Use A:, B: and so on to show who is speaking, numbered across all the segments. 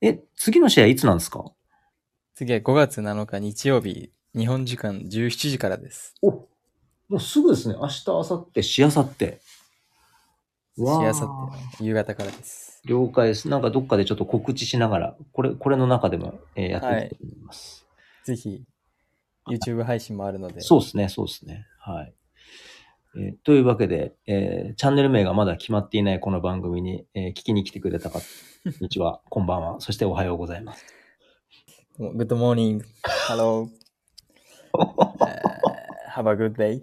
A: え、次の試合いつなんですか
B: 次は5月7日日曜日、日本時間17時からです。
A: おもうすぐですね。明日、明後日、しあさって。
B: し
A: わー
B: あさっての夕方からです。
A: 了解です。なんかどっかでちょっと告知しながら、これ、これの中でも、えーやっていきたいと思います。
B: ぜひ、YouTube 配信もあるので、
A: そうですね、そうですね。はい。えーというわけで、えーチャンネル名がまだ決まっていないこの番組に、えー聞きに来てくれた方、こんにちは、 こんばんは、そしておはようございます。
B: Good morning. Hello. Uh, have a good day.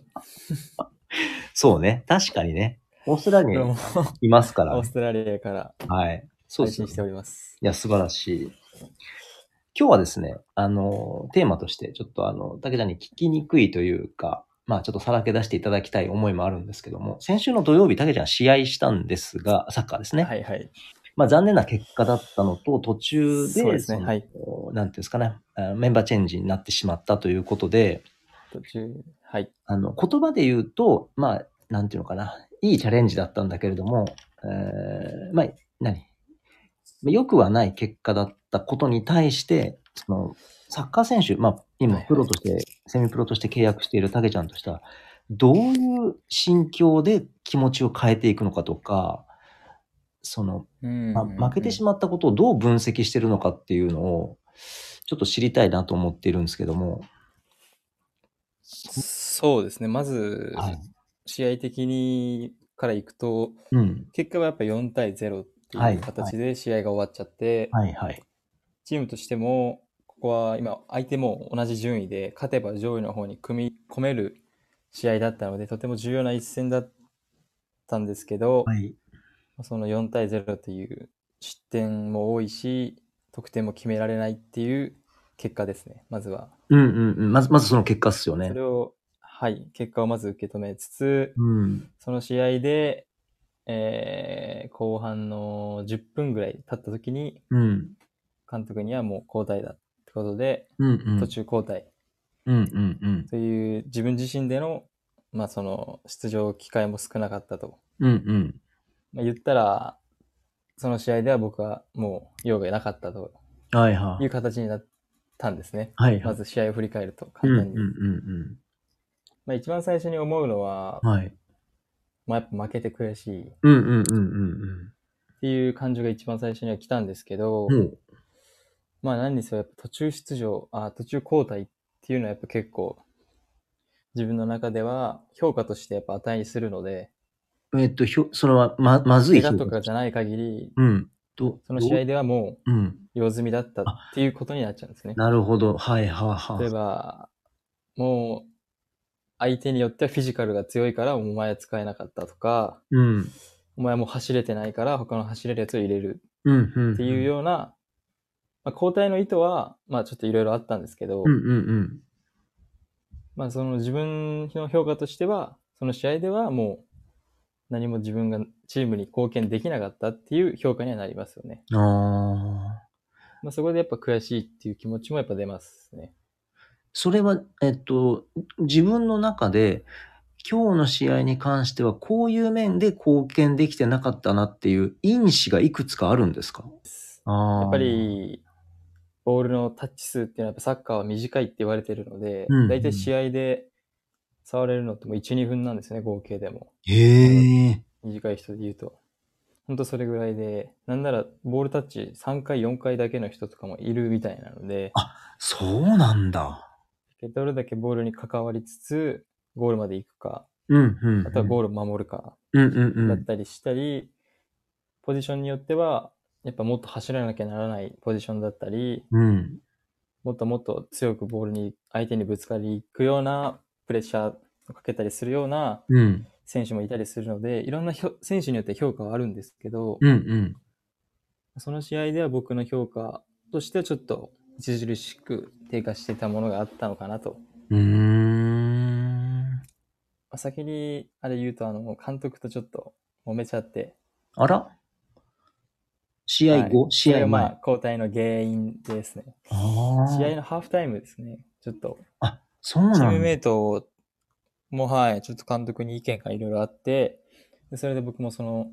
A: そうね、確かにね、オーストラリ
B: どう
A: アに
B: も、
A: いますから
B: オー、ストラリアから
A: はい。そう
B: 配
A: です
B: 信
A: ね
B: して。おります。
A: いや、素晴らしい。今日はですね、あの、テーマとして、ちょっとあの、竹ちゃんに聞きにくいというか、まあ、ちょっとさらけ出していただきたい思いもあるんですけども、先週の土曜日、竹ちゃん試合したんですが、サッカーですね。
B: はいはい。
A: まあ、残念な結果だったのと、途中で、
B: そうですね
A: の
B: はい
A: なんていうんですかね、あメンバーチェンジになってしまったということで、
B: 途中、はい。
A: あの、言葉で言うと、まあ、なんていうのかな、いいチャレンジだったんだけれども、えーまあ、何良くはない結果だったことに対して、その、サッカー選手、まあ、今、
B: はいはい
A: プロとして、セミプロとして契約しているタケちゃんとしては、どういう心境で気持ちを変えていくのかとか、その、
B: うん
A: まあ負けてし
B: ま
A: まったことをどう分析してるのかっていうのを、ちょっと知りたいなと思っているんですけども、
B: うん。そうですね。まず、
A: はい。
B: 試合的にからいくと、
A: うん。
B: 結果はやっぱ4対0って
A: はいいう
B: 形で試合が終わっちゃって、
A: はいはい。
B: チームとしても、ここは今、相手も同じ順位で、勝てば上位の方に組み込める試合だったので、とても重要な一戦だったんですけど、
A: はい。
B: その4対0という失点も多いし、得点も決められないっていう結果ですね、まずは。
A: うんうんうん。まず、まずその結果っすよね
B: そ。れを、はい、結果をまず受け止めつつ、
A: うん。
B: その試合で、えー後半の10分ぐらい経った時に、
A: うん。
B: 監督にはもう交代だってことで、
A: うんうん。
B: 途中交代
A: うんうんうん。
B: という自分自身での、まあその出場機会も少なかったと。
A: うんうん。
B: まあ、言ったら、その試合では僕はもう用がなかったと
A: はいはいい。
B: う形になったんですね。
A: はいは
B: ま
A: い。
B: ず試合を振り返ると
A: うん
B: 簡
A: うん
B: 単に。
A: うん
B: まあ、一番最初に思うのは
A: うん。、はい。
B: まあ、やっぱ負けて悔しいっ
A: うんうんうんうん
B: ていう感情が一番最初には来たんですけど、
A: うん。もう。
B: まあ何にせよやっぱ途中出場、あ途中交代っていうのはやっぱ結構自分の中では評価としてやっぱ値にするので、
A: えっと、ひょ、それは、ま、まずい
B: 怪
A: 評価
B: 我とかじゃない限り、
A: うん。と、
B: その試合ではもう
A: どううん。
B: 用済みだったっていうことになっちゃうんですね。
A: なるほど。はいは
B: 例え
A: いは
B: ば、もう相手によってはフィジカルが強いからお前は使えなかったとか、
A: い。うん。
B: お前はもう走れてないから他の走れるやつを入れる
A: うんうん。
B: っていう。ような、まあ、交代の意図は、まあちょっといろいろあったんですけど、
A: うんうんうん。
B: まあその自分の評価としては、その試合ではもう何も自分がチームに貢献できなかったっていう評価にはなりますよね。
A: ああ。
B: まあそこでやっぱ悔しいっていう気持ちもやっぱ出ますね。
A: それは、えっと、自分の中で、今日の試合に関しては、こういう面で貢献できてなかったなっていう因子がいくつかあるんですかああ。
B: やっぱ、り、ボールのタッチ数っていうのはやっぱサッカーは短いって言われてるので
A: うんうん、
B: 大体試合で触れるのってもう1、2分なんですね、合計でも。
A: へえ。
B: 短い人で言うと。ほんとそれぐらいで、なんならボールタッチ3回、4回だけの人とかもいるみたいなので、
A: そうなんだ。
B: どれだけボールに関わりつつ、ゴールまで行くか、
A: うんうん。
B: あとはゴールを守るか、
A: うんうんう
B: だっ
A: ん。
B: たりしたり、ポジションによっては、やっぱもっと走らなきゃならないポジションだったり、
A: うん。
B: もっともっと強くボールに相手にぶつかりいくようなプレッシャーをかけたりするような
A: うん。
B: 選手もいたりするので、いろんなひょ選手によって評価はあるんですけど、
A: うんうん。
B: その試合では僕の評価としてはちょっと著しく低下していたものがあったのかなと。
A: うーん。
B: まあ先にあれ言うと、あの、監督とちょっと揉めちゃって、
A: あら試合後、
B: はい
A: 試
B: それ
A: 合
B: が
A: 前。
B: まあ、交代の原因ですね。
A: あー
B: 試合のハーフタイムですね。ちょっと、
A: あ、そう
B: チ
A: な
B: ーム
A: ん
B: メ
A: だ。
B: イトも、はい、ちょっと監督に意見がいろいろあって、でそれで僕もその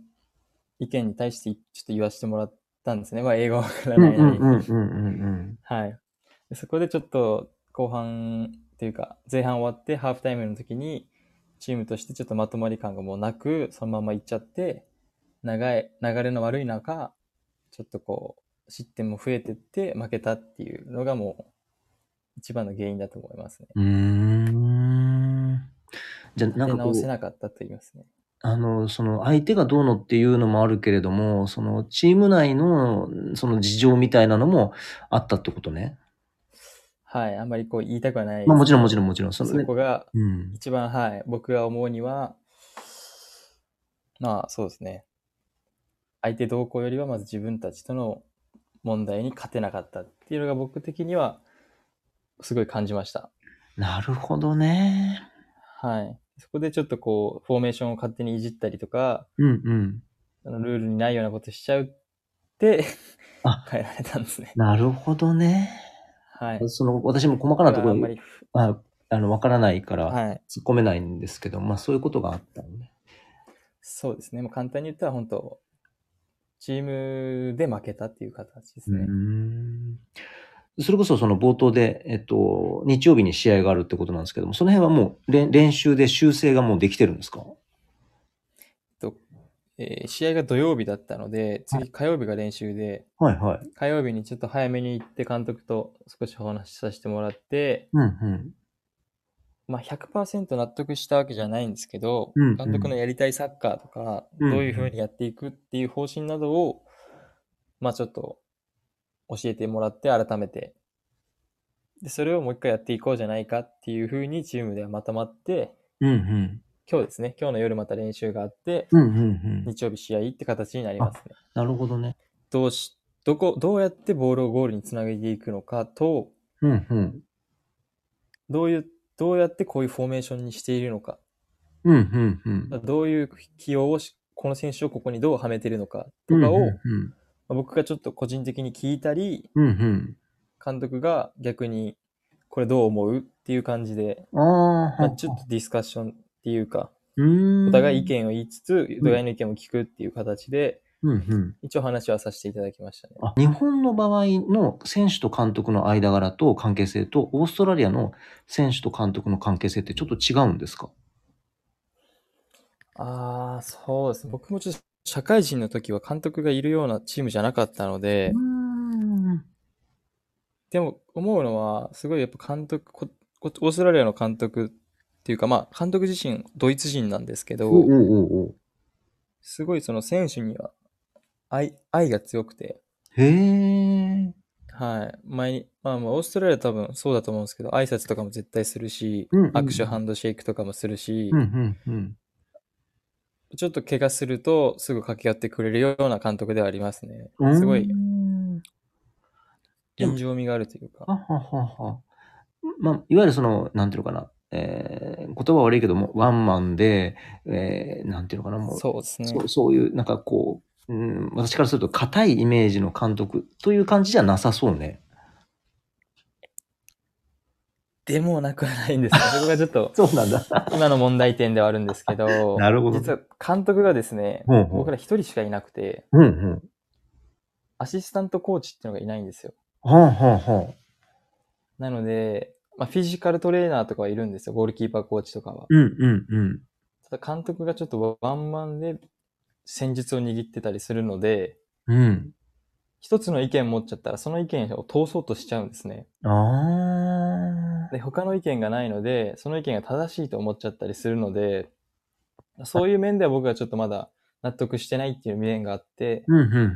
B: 意見に対してちょっと言わせてもらったんですね。まあ、英語はわから
A: うん
B: な
A: うん
B: いなりに。
A: うんうん
B: はい。でそこでちょっと後半というか、前半終わってハーフタイムの時に、チームとしてちょっとまとまり感がもうなく、そのまま行っちゃって、長い、流れの悪い中、ちょっとこう、失点も増えてって負けたっていうのがもう、一番の原因だと思いますね。
A: うんうん。うーん。じゃあ、なん
B: で、
A: かこ
B: 直せ
A: う、
B: なかったと言いますね。
A: あの、その相手がどうのっていうのもあるけれども、そのチーム内のその事情みたいなのもあったってことね。
B: はい。あんまりこう言いたくはないですけど。
A: まあもちろんもちろんもちろん。その
B: そ
A: ね。
B: こが
A: うん。
B: 一番、はい、僕が思うには、まあそうですね。相手同行よりはまず自分たちとの問題に勝てなかったっていうのが僕的にはすごい感じました。
A: なるほどね。
B: はい。そこでちょっとこう、フォーメーションを勝手にいじったりとか、
A: うんうん。
B: あのルールにないようなことしちゃうって
A: あ、
B: 変えられたんですね。
A: なるほどね。
B: はい。
A: その、私も細かな
B: だ
A: と
B: か
A: こ
B: らあ
A: ろ
B: んま
A: に
B: り、
A: ああの、わからないから、
B: はい。
A: 突っ込めないんですけど、まあそういうことがあったのね。
B: そうですね。もう簡単に言ったら本当、チームで負けたっていう形です
A: う
B: ね。
A: ん。それこそその冒頭で、えっと、日曜日に試合があるってことなんですけども、その辺はもう練練習で修正がもうできてるんですか
B: えー試合が土曜日だったので、次火曜日が練習で、
A: はいはい。
B: 火曜日にちょっと早めに行って監督と少しお話しさせてもらって、
A: うんうん。
B: まあ、100%納得したわけじゃないんですけど、
A: うんうん
B: 監督のやりたいサッカーとか、
A: うんうん
B: どういうふうにやっていくっていう方針などを、まあちょっと教えてもらって改めて、で、それをもう一回やっていこうじゃないかっていうふうにチームではまとまって、
A: うんうん。
B: 今日ですね、今日の夜また練習があって、
A: うんうんうん。
B: 日曜日試合って形になりますね。
A: なるほどね。
B: どうし、どこ、どうやってボールをゴールにつなげていくのかと、
A: うんうん。
B: どういう、どうやってこういうフォーメーションにしているのか、
A: うんうんうん。
B: どういう起用をし、この選手をここにどうはめてるのかとかを、
A: うん
B: まあ僕がちょっと個人的に聞いたり、
A: うんうん。
B: 監督が逆にこれどう思うっていう感じで、
A: うんうん、ああ、
B: まあ、ちょっとディスカッションっていうか、
A: うーん
B: お互い意。見を言いつつ、お互いの意見を聞くっていう形で、
A: うんうん。
B: 一応話はさせていただきましたね。
A: あ日本の場合の選手と監督の間柄と関係性と、オーストラリアの選手と監督の関係性ってちょっと違うんですか
B: ああ、そうですね。僕もちょっと社会人の時は監督がいるようなチームじゃなかったので、
A: ん。
B: でも思うのは、すごいやっぱ監督こ、こオーストラリアの監督っていうか、まあ、監督自身、ドイツ人なんですけ
A: お
B: ど、
A: おおお
B: すごいその選手には愛、愛が強くて、
A: へえ。
B: はい。前に、まあまあ、オーストラリア多分そうだと思うんですけど、挨拶とかも絶対するし、
A: うんうん
B: 握手、ハンドシェイクとかもするし、
A: うんうんうん。
B: ちょっと怪我するとすぐ駆け寄ってくれるような監督ではありますね。すごい、
A: うんでも
B: 臨場味があるというか。
A: はははは。まあ、いわゆるその、なんていうのかな、えー、言葉は悪いけども、ワンマンで、えー、なんていうのかな、もう、
B: そうですね
A: そ。うそういう、なんかこう、うん、私からすると硬いイメージの監督という感じじゃなさそうね。
B: でもなくはないんですよ。そこがちょっと、
A: そうなんだ。
B: 今の問題点ではあるんですけ ど、
A: なるほど
B: 実は監督がですね、
A: ほうほう
B: 僕ら一人しかいなくて、
A: うんうん。
B: アシスタントコーチっていうのがいないんですよ。
A: はあ、はあはあ、
B: なので、まあ、フィジカルトレーナーとかはいるんですよ。ゴールキーパーコーチとかは。
A: うんうんうん。
B: ただ監督がちょっとワンマンで戦術を握ってたりするので、
A: うん。
B: 一つの意見持っちゃったら、その意見を通そうとしちゃうんですね。
A: ああ。
B: で、他の意見がないので、その意見が正しいと思っちゃったりするので、そういう面では僕はちょっとまだ納得してないっていう面があって、
A: うんうんうん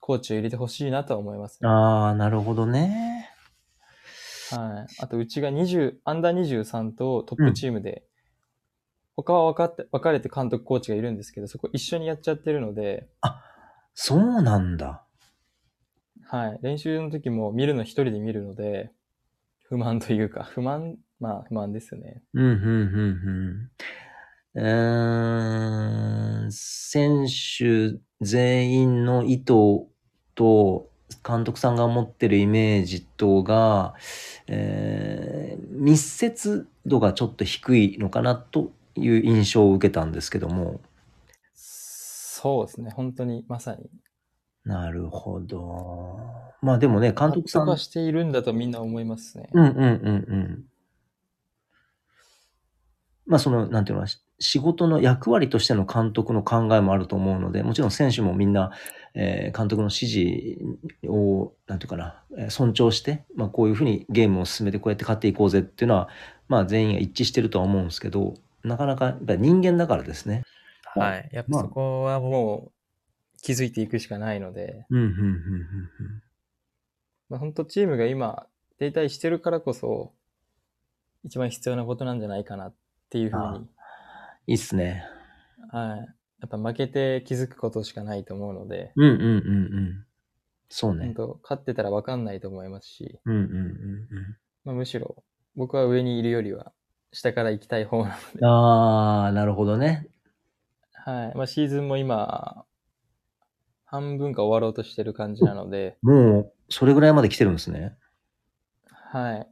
B: コーチを入れてほしいなとは思います
A: うん。
B: ね。
A: ああ、なるほどね。
B: はい。あと、うちが20、アンダー23とトップチームで、他は分かって、分かれて監督、コーチがいるんですけど、そこ一緒にやっちゃってるので、
A: そうなんだ。
B: はい。練習の時も見るの一人で見るので、不満というか、不満、まあ不満ですよね。
A: うんうんうんうん。うーん、選手全員の意図と、監督さんが持ってるイメージとが、えー密接度がちょっと低いのかなという印象を受けたんですけども。
B: そうですね、本当にまさに。
A: なるほど。まあでもね、監督さん。
B: 納得はしているんだとみんな思いますね。
A: うんうんうんうん。まあその、なんていうのかなし仕事の役割としての監督の考えもあると思うので、もちろん選手もみんな、えー監督の指示を、なんていうかな、えー尊重して、まあこういうふうにゲームを進めてこうやって勝っていこうぜっていうのは、まあ全員が一致してるとは思うんですけど、なかなかやっぱり人間だからですね。
B: はい。やっぱそこはもう気づいていくしかないので、
A: うんうんうん
B: まあ、本当チームが今停滞してるからこそ、一番必要なことなんじゃないかなっていうふう
A: あ
B: に、
A: いいっすね。
B: はい。やっぱ負けて気づくことしかないと思うので、
A: うんうんうんうん。そうね
B: 本。当勝ってたら分かんないと思いますし、
A: うんうんうんうん。
B: まあ、むしろ僕は上にいるよりは下から行きたい方なので、
A: ああ、なるほどね。
B: はい。まあ、シーズンも今、半分か終わろうとしてる感じなので、
A: もう、それぐらいまで来てるんですね。
B: はい。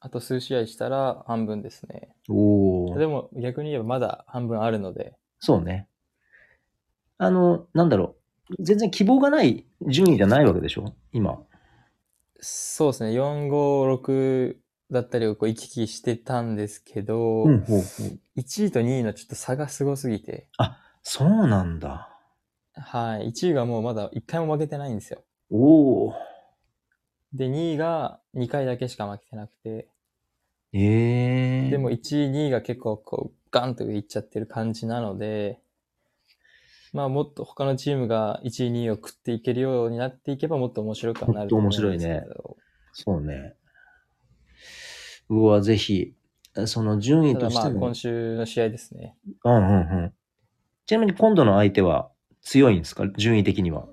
B: あと数試合したら半分ですね。
A: お
B: でも逆に言えばまだ半分あるので、
A: そうね。あの、なんだろう。全然希望がない順位じゃないわけでしょ今。
B: そうですね、4、5、6だったりをこう行き来してたんですけど、
A: うん、ほうほう。
B: 1位と2位のちょっと差がすごすぎて、
A: そうなんだ。
B: はい。1位がもうまだ1回も負けてないんですよ。
A: おお。
B: で、2位が2回だけしか負けてなくて、
A: ええ
B: でも、1位、2位が結構こうガンと上行っちゃってる感じなので、まあもっと他のチームが1位、2位を食っていけるようになっていけばもっと面白くはなると思うんですけど。
A: もっと面白いねそうね。うわ、ぜひ、その順位
B: ただ
A: とし
B: ま
A: て
B: あ
A: も。
B: 今週の試合ですね。
A: うんうんうん。ちなみに今度の相手は強いんですか順位的には。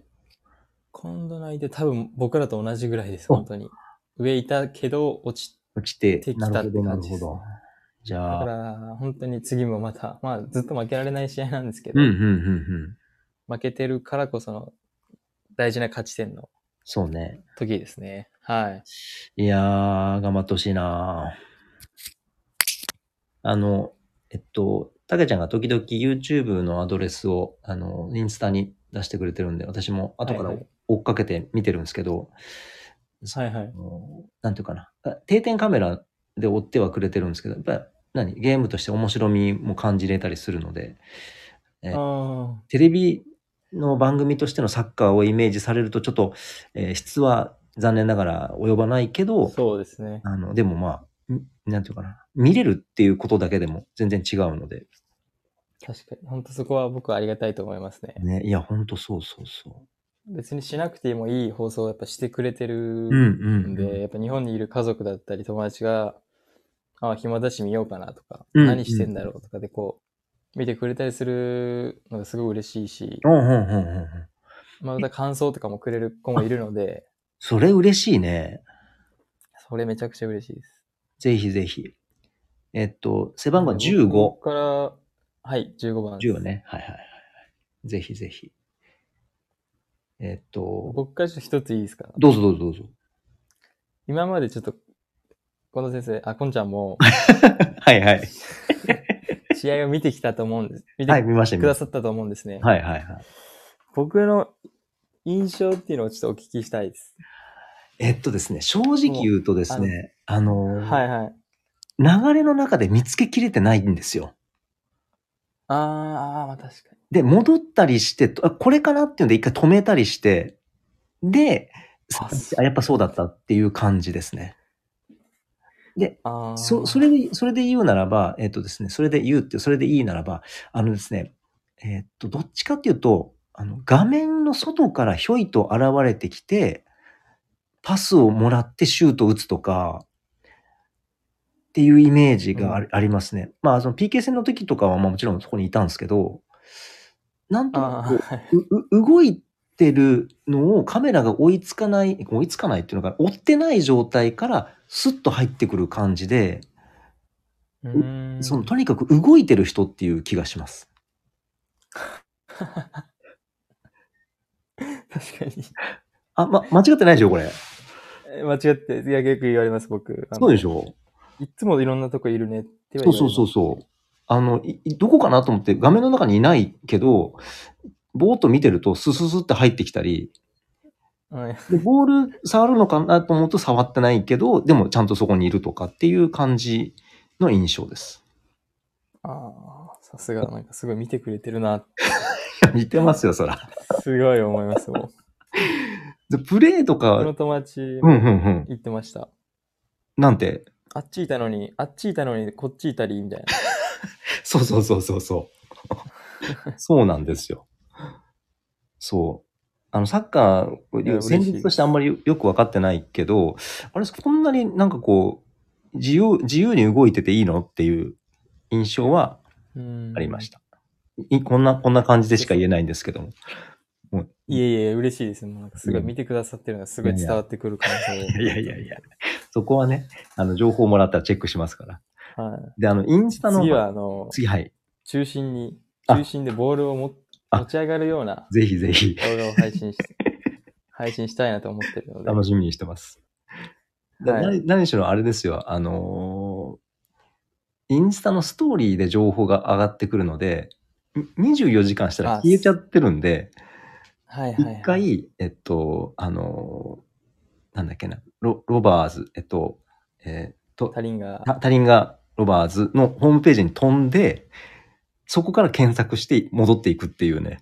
B: 今度の相手多分僕らと同じぐらいです、
A: お
B: 本当に。上いたけど落ち、
A: 落ちて
B: で、きた
A: なるほど、
B: って
A: な
B: 感
A: る
B: じで
A: ほ
B: す
A: ど。じゃ
B: だか
A: あ、
B: ら本当に次もまた、まあずっと負けられない試合なんですけ
A: う
B: ど、
A: んうんうんうん。
B: 負けてるからこその大事な勝ち点の
A: そうね。
B: 時ですね。はい。
A: いやー、頑張ってほしいなーあの、えっと、たけちゃんが時々 YouTube のアドレスを、あの、インスタに出してくれてるんで、私も後から
B: はいはい
A: 追っかけて見てるんですけど、
B: はいはい
A: あ。のなんていうかな、あ定点カメラで追ってはくれてるんですけど、やっぱ何ゲームとして面白みも感じれたりするので、え
B: あー
A: テレビの番組としてのサッカーをイメージされると、ちょっと、えー質は残念ながら及ばないけど、
B: そうですね。
A: あの、でもまあ、んなんていうかな。見れるっていうことだけでも全然違うので。
B: 確かに。本当そこは僕はありがたいと思いますね。
A: ね。いや、ほんとそうそうそ
B: 別にしなくてもいい放送をやっぱしてくれて
A: う。うん
B: る
A: うん
B: ん。で、やっぱ日本にいる家族だったり友達が、ああ、暇だし見ようかなとか、
A: うん
B: 何してんだろうとかでこう、見てくれたりするのがすごい嬉しいし、
A: うんうんうんうんうん。
B: また感想とかもくれる子もいる ので、
A: それ嬉しいね。
B: それめちゃくちゃ嬉しいです。
A: ぜひぜひ。えっと、背番号15
B: 僕。から、はい、15番です。
A: 10ね。はいはいはいはい。ぜひぜひ。えっと、
B: 僕からちょっと一ついいですか
A: どうぞどうぞどうぞ。
B: 今までちょっと、近藤先生、あ、こんちゃんも、
A: はいはい。
B: 試合を見てきたと思うんです。見
A: はい、
B: て
A: 見ました見
B: くだ
A: まし
B: さったと思うんですね。
A: た。はいはいはい。
B: 僕の印象っていうのをちょっとお聞きしたいです。
A: えっとですね、正直言うとですね、あの、
B: はいはい。
A: 流れの中で見つけきれてないんですよ。
B: あーあー、まあ確かに。
A: で、戻ったりして、あこれかなっていうので一回止めたりして、で、
B: あ
A: あやっぱそうだったっていう感じですね。
B: ああ。
A: そ、それで、それで言うならば、えっ、とですね、それで言うって、それでいいならば、あのですね、えっ、と、どっちかっていうと、あの、画面の外からひょいと現れてきて、パスをもらってシュートを打つとか、っていうイメージがあり,、ありますね。まあ、その PK 戦の時とかは、まあもちろんそこにいたんですけど、なんとな
B: あ
A: く
B: あ、
A: こう
B: はい。
A: うう動いてるのをカメラが追いつかない追いつかないっていうのが追ってない状態からスッと入ってくる感じで、
B: うーん
A: そのとにかく動いてる人っていう気がします。
B: 確かに。
A: あ、ま、間違ってないでしょこれ。
B: え間違って、いや、よく言われます、僕。あの
A: そうでしょ
B: いつもいろんなとこいるねっては
A: そ
B: 言
A: う
B: われ
A: そう
B: ます
A: そうそう。あの、いいどこかなと思って画面の中にいないけど、ぼーっと見てると、スススって入ってきたり、
B: はい。
A: で、ボール触るのかなと思うと触ってないけど、でもちゃんとそこにいるとかっていう感じの印象です。
B: ああ、さすが、なんかすごい見てくれてるな、
A: いや似てますよ、そら。
B: すごい思いますもん。
A: で、プレーとか、
B: こ
A: う
B: の
A: ん
B: 友達
A: うんうん。
B: 言ってました。
A: なんて、
B: あっちいたのに、あっちいたのに、こっちいたり、みたいな。
A: そうそうそうそうそう。 そうなんですよ。そう。あの、サッカ
B: いや
A: ー、
B: 嬉しい
A: 戦術としてあんまりよくわかってないけど、あれ、こんなになんかこう、自由、自由に動いてていいのっていう印象は
B: うん
A: ありました。いこんな、こんな感じでしか言えないんですけども。
B: いえいえ、嬉しいです。もうなんかすごい見てくださってるのがすごい伝わってくる感想で。
A: いやいやいや。そこはね、あの、情報もらったらチェックしますから。
B: はい。
A: で、あの、インスタの、
B: 次は、あの、
A: 次、はい。
B: 中心に、
A: あ
B: 中心でボールをも
A: あ
B: 持ち上がるような
A: ぜひぜひ、
B: 動画を配信し、配信したいなと思ってるので。
A: 楽しみにしてます。だ
B: はい
A: 何何しろあれですよ、あのーインスタのストーリーで情報が上がってくるので、に24時間したら
B: あ
A: 消えちゃってるんで、
B: はいはい、はい。
A: 一回、えっと、あのーなんだっけな、ロロバーズ、えっと、えーと
B: 他人が。
A: た他人がロバーズのホームページに飛んで、そこから検索して戻っていくっていうね、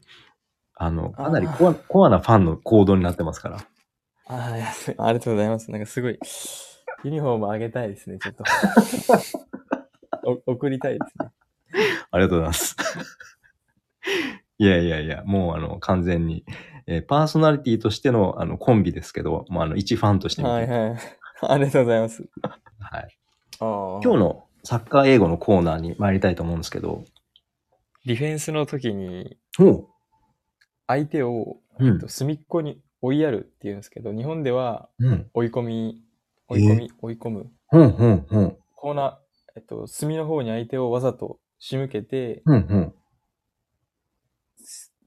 A: あの、かなりコアコアなファンの行動になってますから。
B: あいやすありがとうございます。なんかすごい、ユニフォームあげたいですね、ちょっと。お送りたいですね。
A: ありがとうございます。 いやいやいや、もうあの、完全に、えーパーソナリティとしてのあのコンビですけど、もうあの、一ファンとして見て、は
B: はいいはい。ありがとうございます。今
A: 今日
B: の
A: のサッカー英語のコーナーに参りたいと思うんですけど、
B: ディフェンスの時に
A: おう
B: 相手を
A: う
B: えっ
A: ん
B: と。隅っこに追いやるっていうんですけど、日本では
A: うん。
B: 追い込み、追い込み、追い込む。
A: うん。うん。うん。
B: コーナー、えっと、隅の方に相手をわざと仕向けて、
A: うん。うん。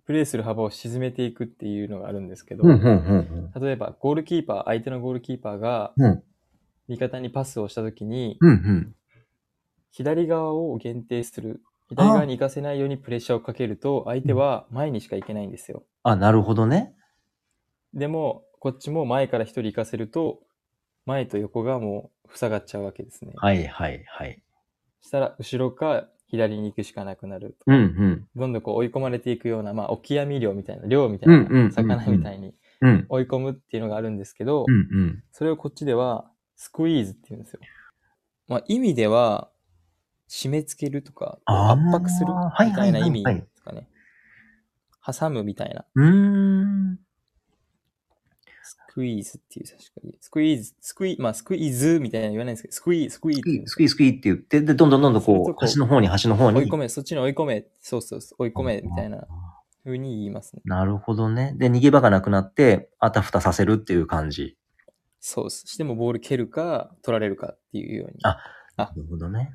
B: プレーする幅を沈めていくっていうのがあるんですけど、
A: うん。うん。うん。
B: 例えばゴールキーパー、相手のゴールキーパーが
A: うん
B: 味方にパスをした時に、
A: うん。うん。
B: 左側を限定する。左側に行かせないようにプレッシャーをかけると、相手は前にしか行けないんですよ。
A: あ、なるほどね。
B: でも、こっちも前から一人行かせると、前と横がもう塞がっちゃうわけですね。
A: はいはいはい。
B: したら、後ろか左に行くしかなくなる。
A: うんうん。
B: どんどんこう追い込まれていくような、まあ、オキアミ漁みたいな、漁みた
A: うん
B: い
A: うんうんうん
B: な、魚みたいに
A: うん。
B: 追い込むっていうのがあるんですけど
A: う、んうん。
B: それをこっちでは、スクイーズって言うんですよ。まあ、意味では、締め付けるとか、
A: あ
B: 圧
A: ー
B: 迫する
A: はい
B: み
A: は
B: た
A: い
B: い
A: は
B: ない意味
A: はい
B: ですかね。挟むみたいな。
A: うーん。
B: スクイーズっていう、確かに。スクイーズ、スクイ、まあ、スクイーズみたいなの言わないんですけど、スクイー、スクイー
A: ス
B: っ
A: ク
B: て
A: イ
B: いうん
A: ー
B: です
A: ス
B: か
A: クイースクイーって言って、で、どんどんどんどん
B: それ
A: こ
B: と
A: う、
B: こう
A: 端の方に端の方に。
B: 追い込め、そっちに追い込め、そうそうそう、追い込め、みたいな風に言いますね。
A: なるほどね。で、逃げ場がなくなって、あたふたさせるっていう感じ。
B: そうっす。してもボール蹴るか、取られるかっていうように。
A: あな
B: あ
A: るほどね。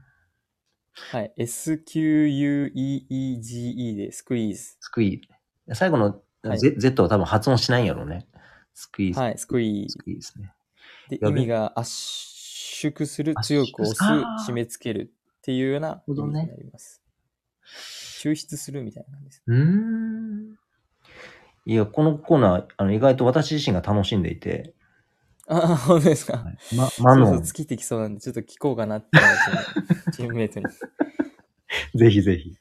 B: はい。SQUEEGE で、スクイーズ。
A: スクイー。最後の、
B: はい
A: Z, Z は多分発音しないんやろうね。スクイーズ。
B: はい、スクイー
A: ス
B: ズ。
A: クイーズね。
B: で、
A: や
B: 意
A: べ
B: 味が圧縮する、
A: 圧縮
B: 強く押す
A: あー、
B: 締め付けるっていうような意
A: ほど
B: 味に
A: ね
B: なります。抽出するみたいな感じです。
A: うーん。いや、このコーナー、あの、意外と私自身が楽しんでいて、
B: ああ、本当ですか。
A: はい、ま、マ
B: あ
A: ノ
B: の
A: ン
B: そうそう、尽きてきそうなんで、ちょっと聞こうかなって 話をねチームメイトに。
A: ぜひぜひ。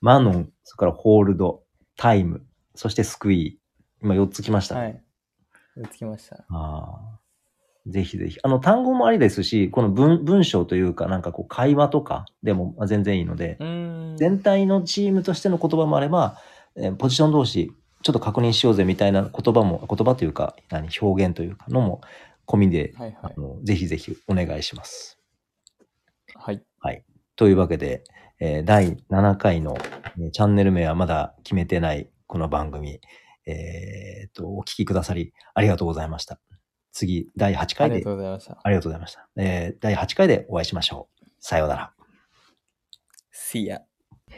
A: マノン、それからホールド、タイム、そしてスクイー。今4つ来ましたね。
B: はい。やってきました。
A: あーぜひぜひ。あの、単語もありですし、この文文章というか、なんかこう、会話とかでもまあ全然いいので、
B: うーん。
A: 全体のチームとしての言葉もあれば、えーポジション同士、ちょっと確認しようぜみたいな言葉も、言葉というか、何、表現というかのも込みで、
B: はいはい
A: あ。のぜひぜひお願いします。
B: はい。
A: というわけで、えー第7回の、えーチャンネル名はまだ決めてないこの番組、えーっと、お聞きくださりありがとうございました。次、第8
B: あ
A: 回
B: りが
A: で
B: と、うございました。
A: ありがとうございました。えー第8回でお会いしましょう。さようなら。
B: See ya.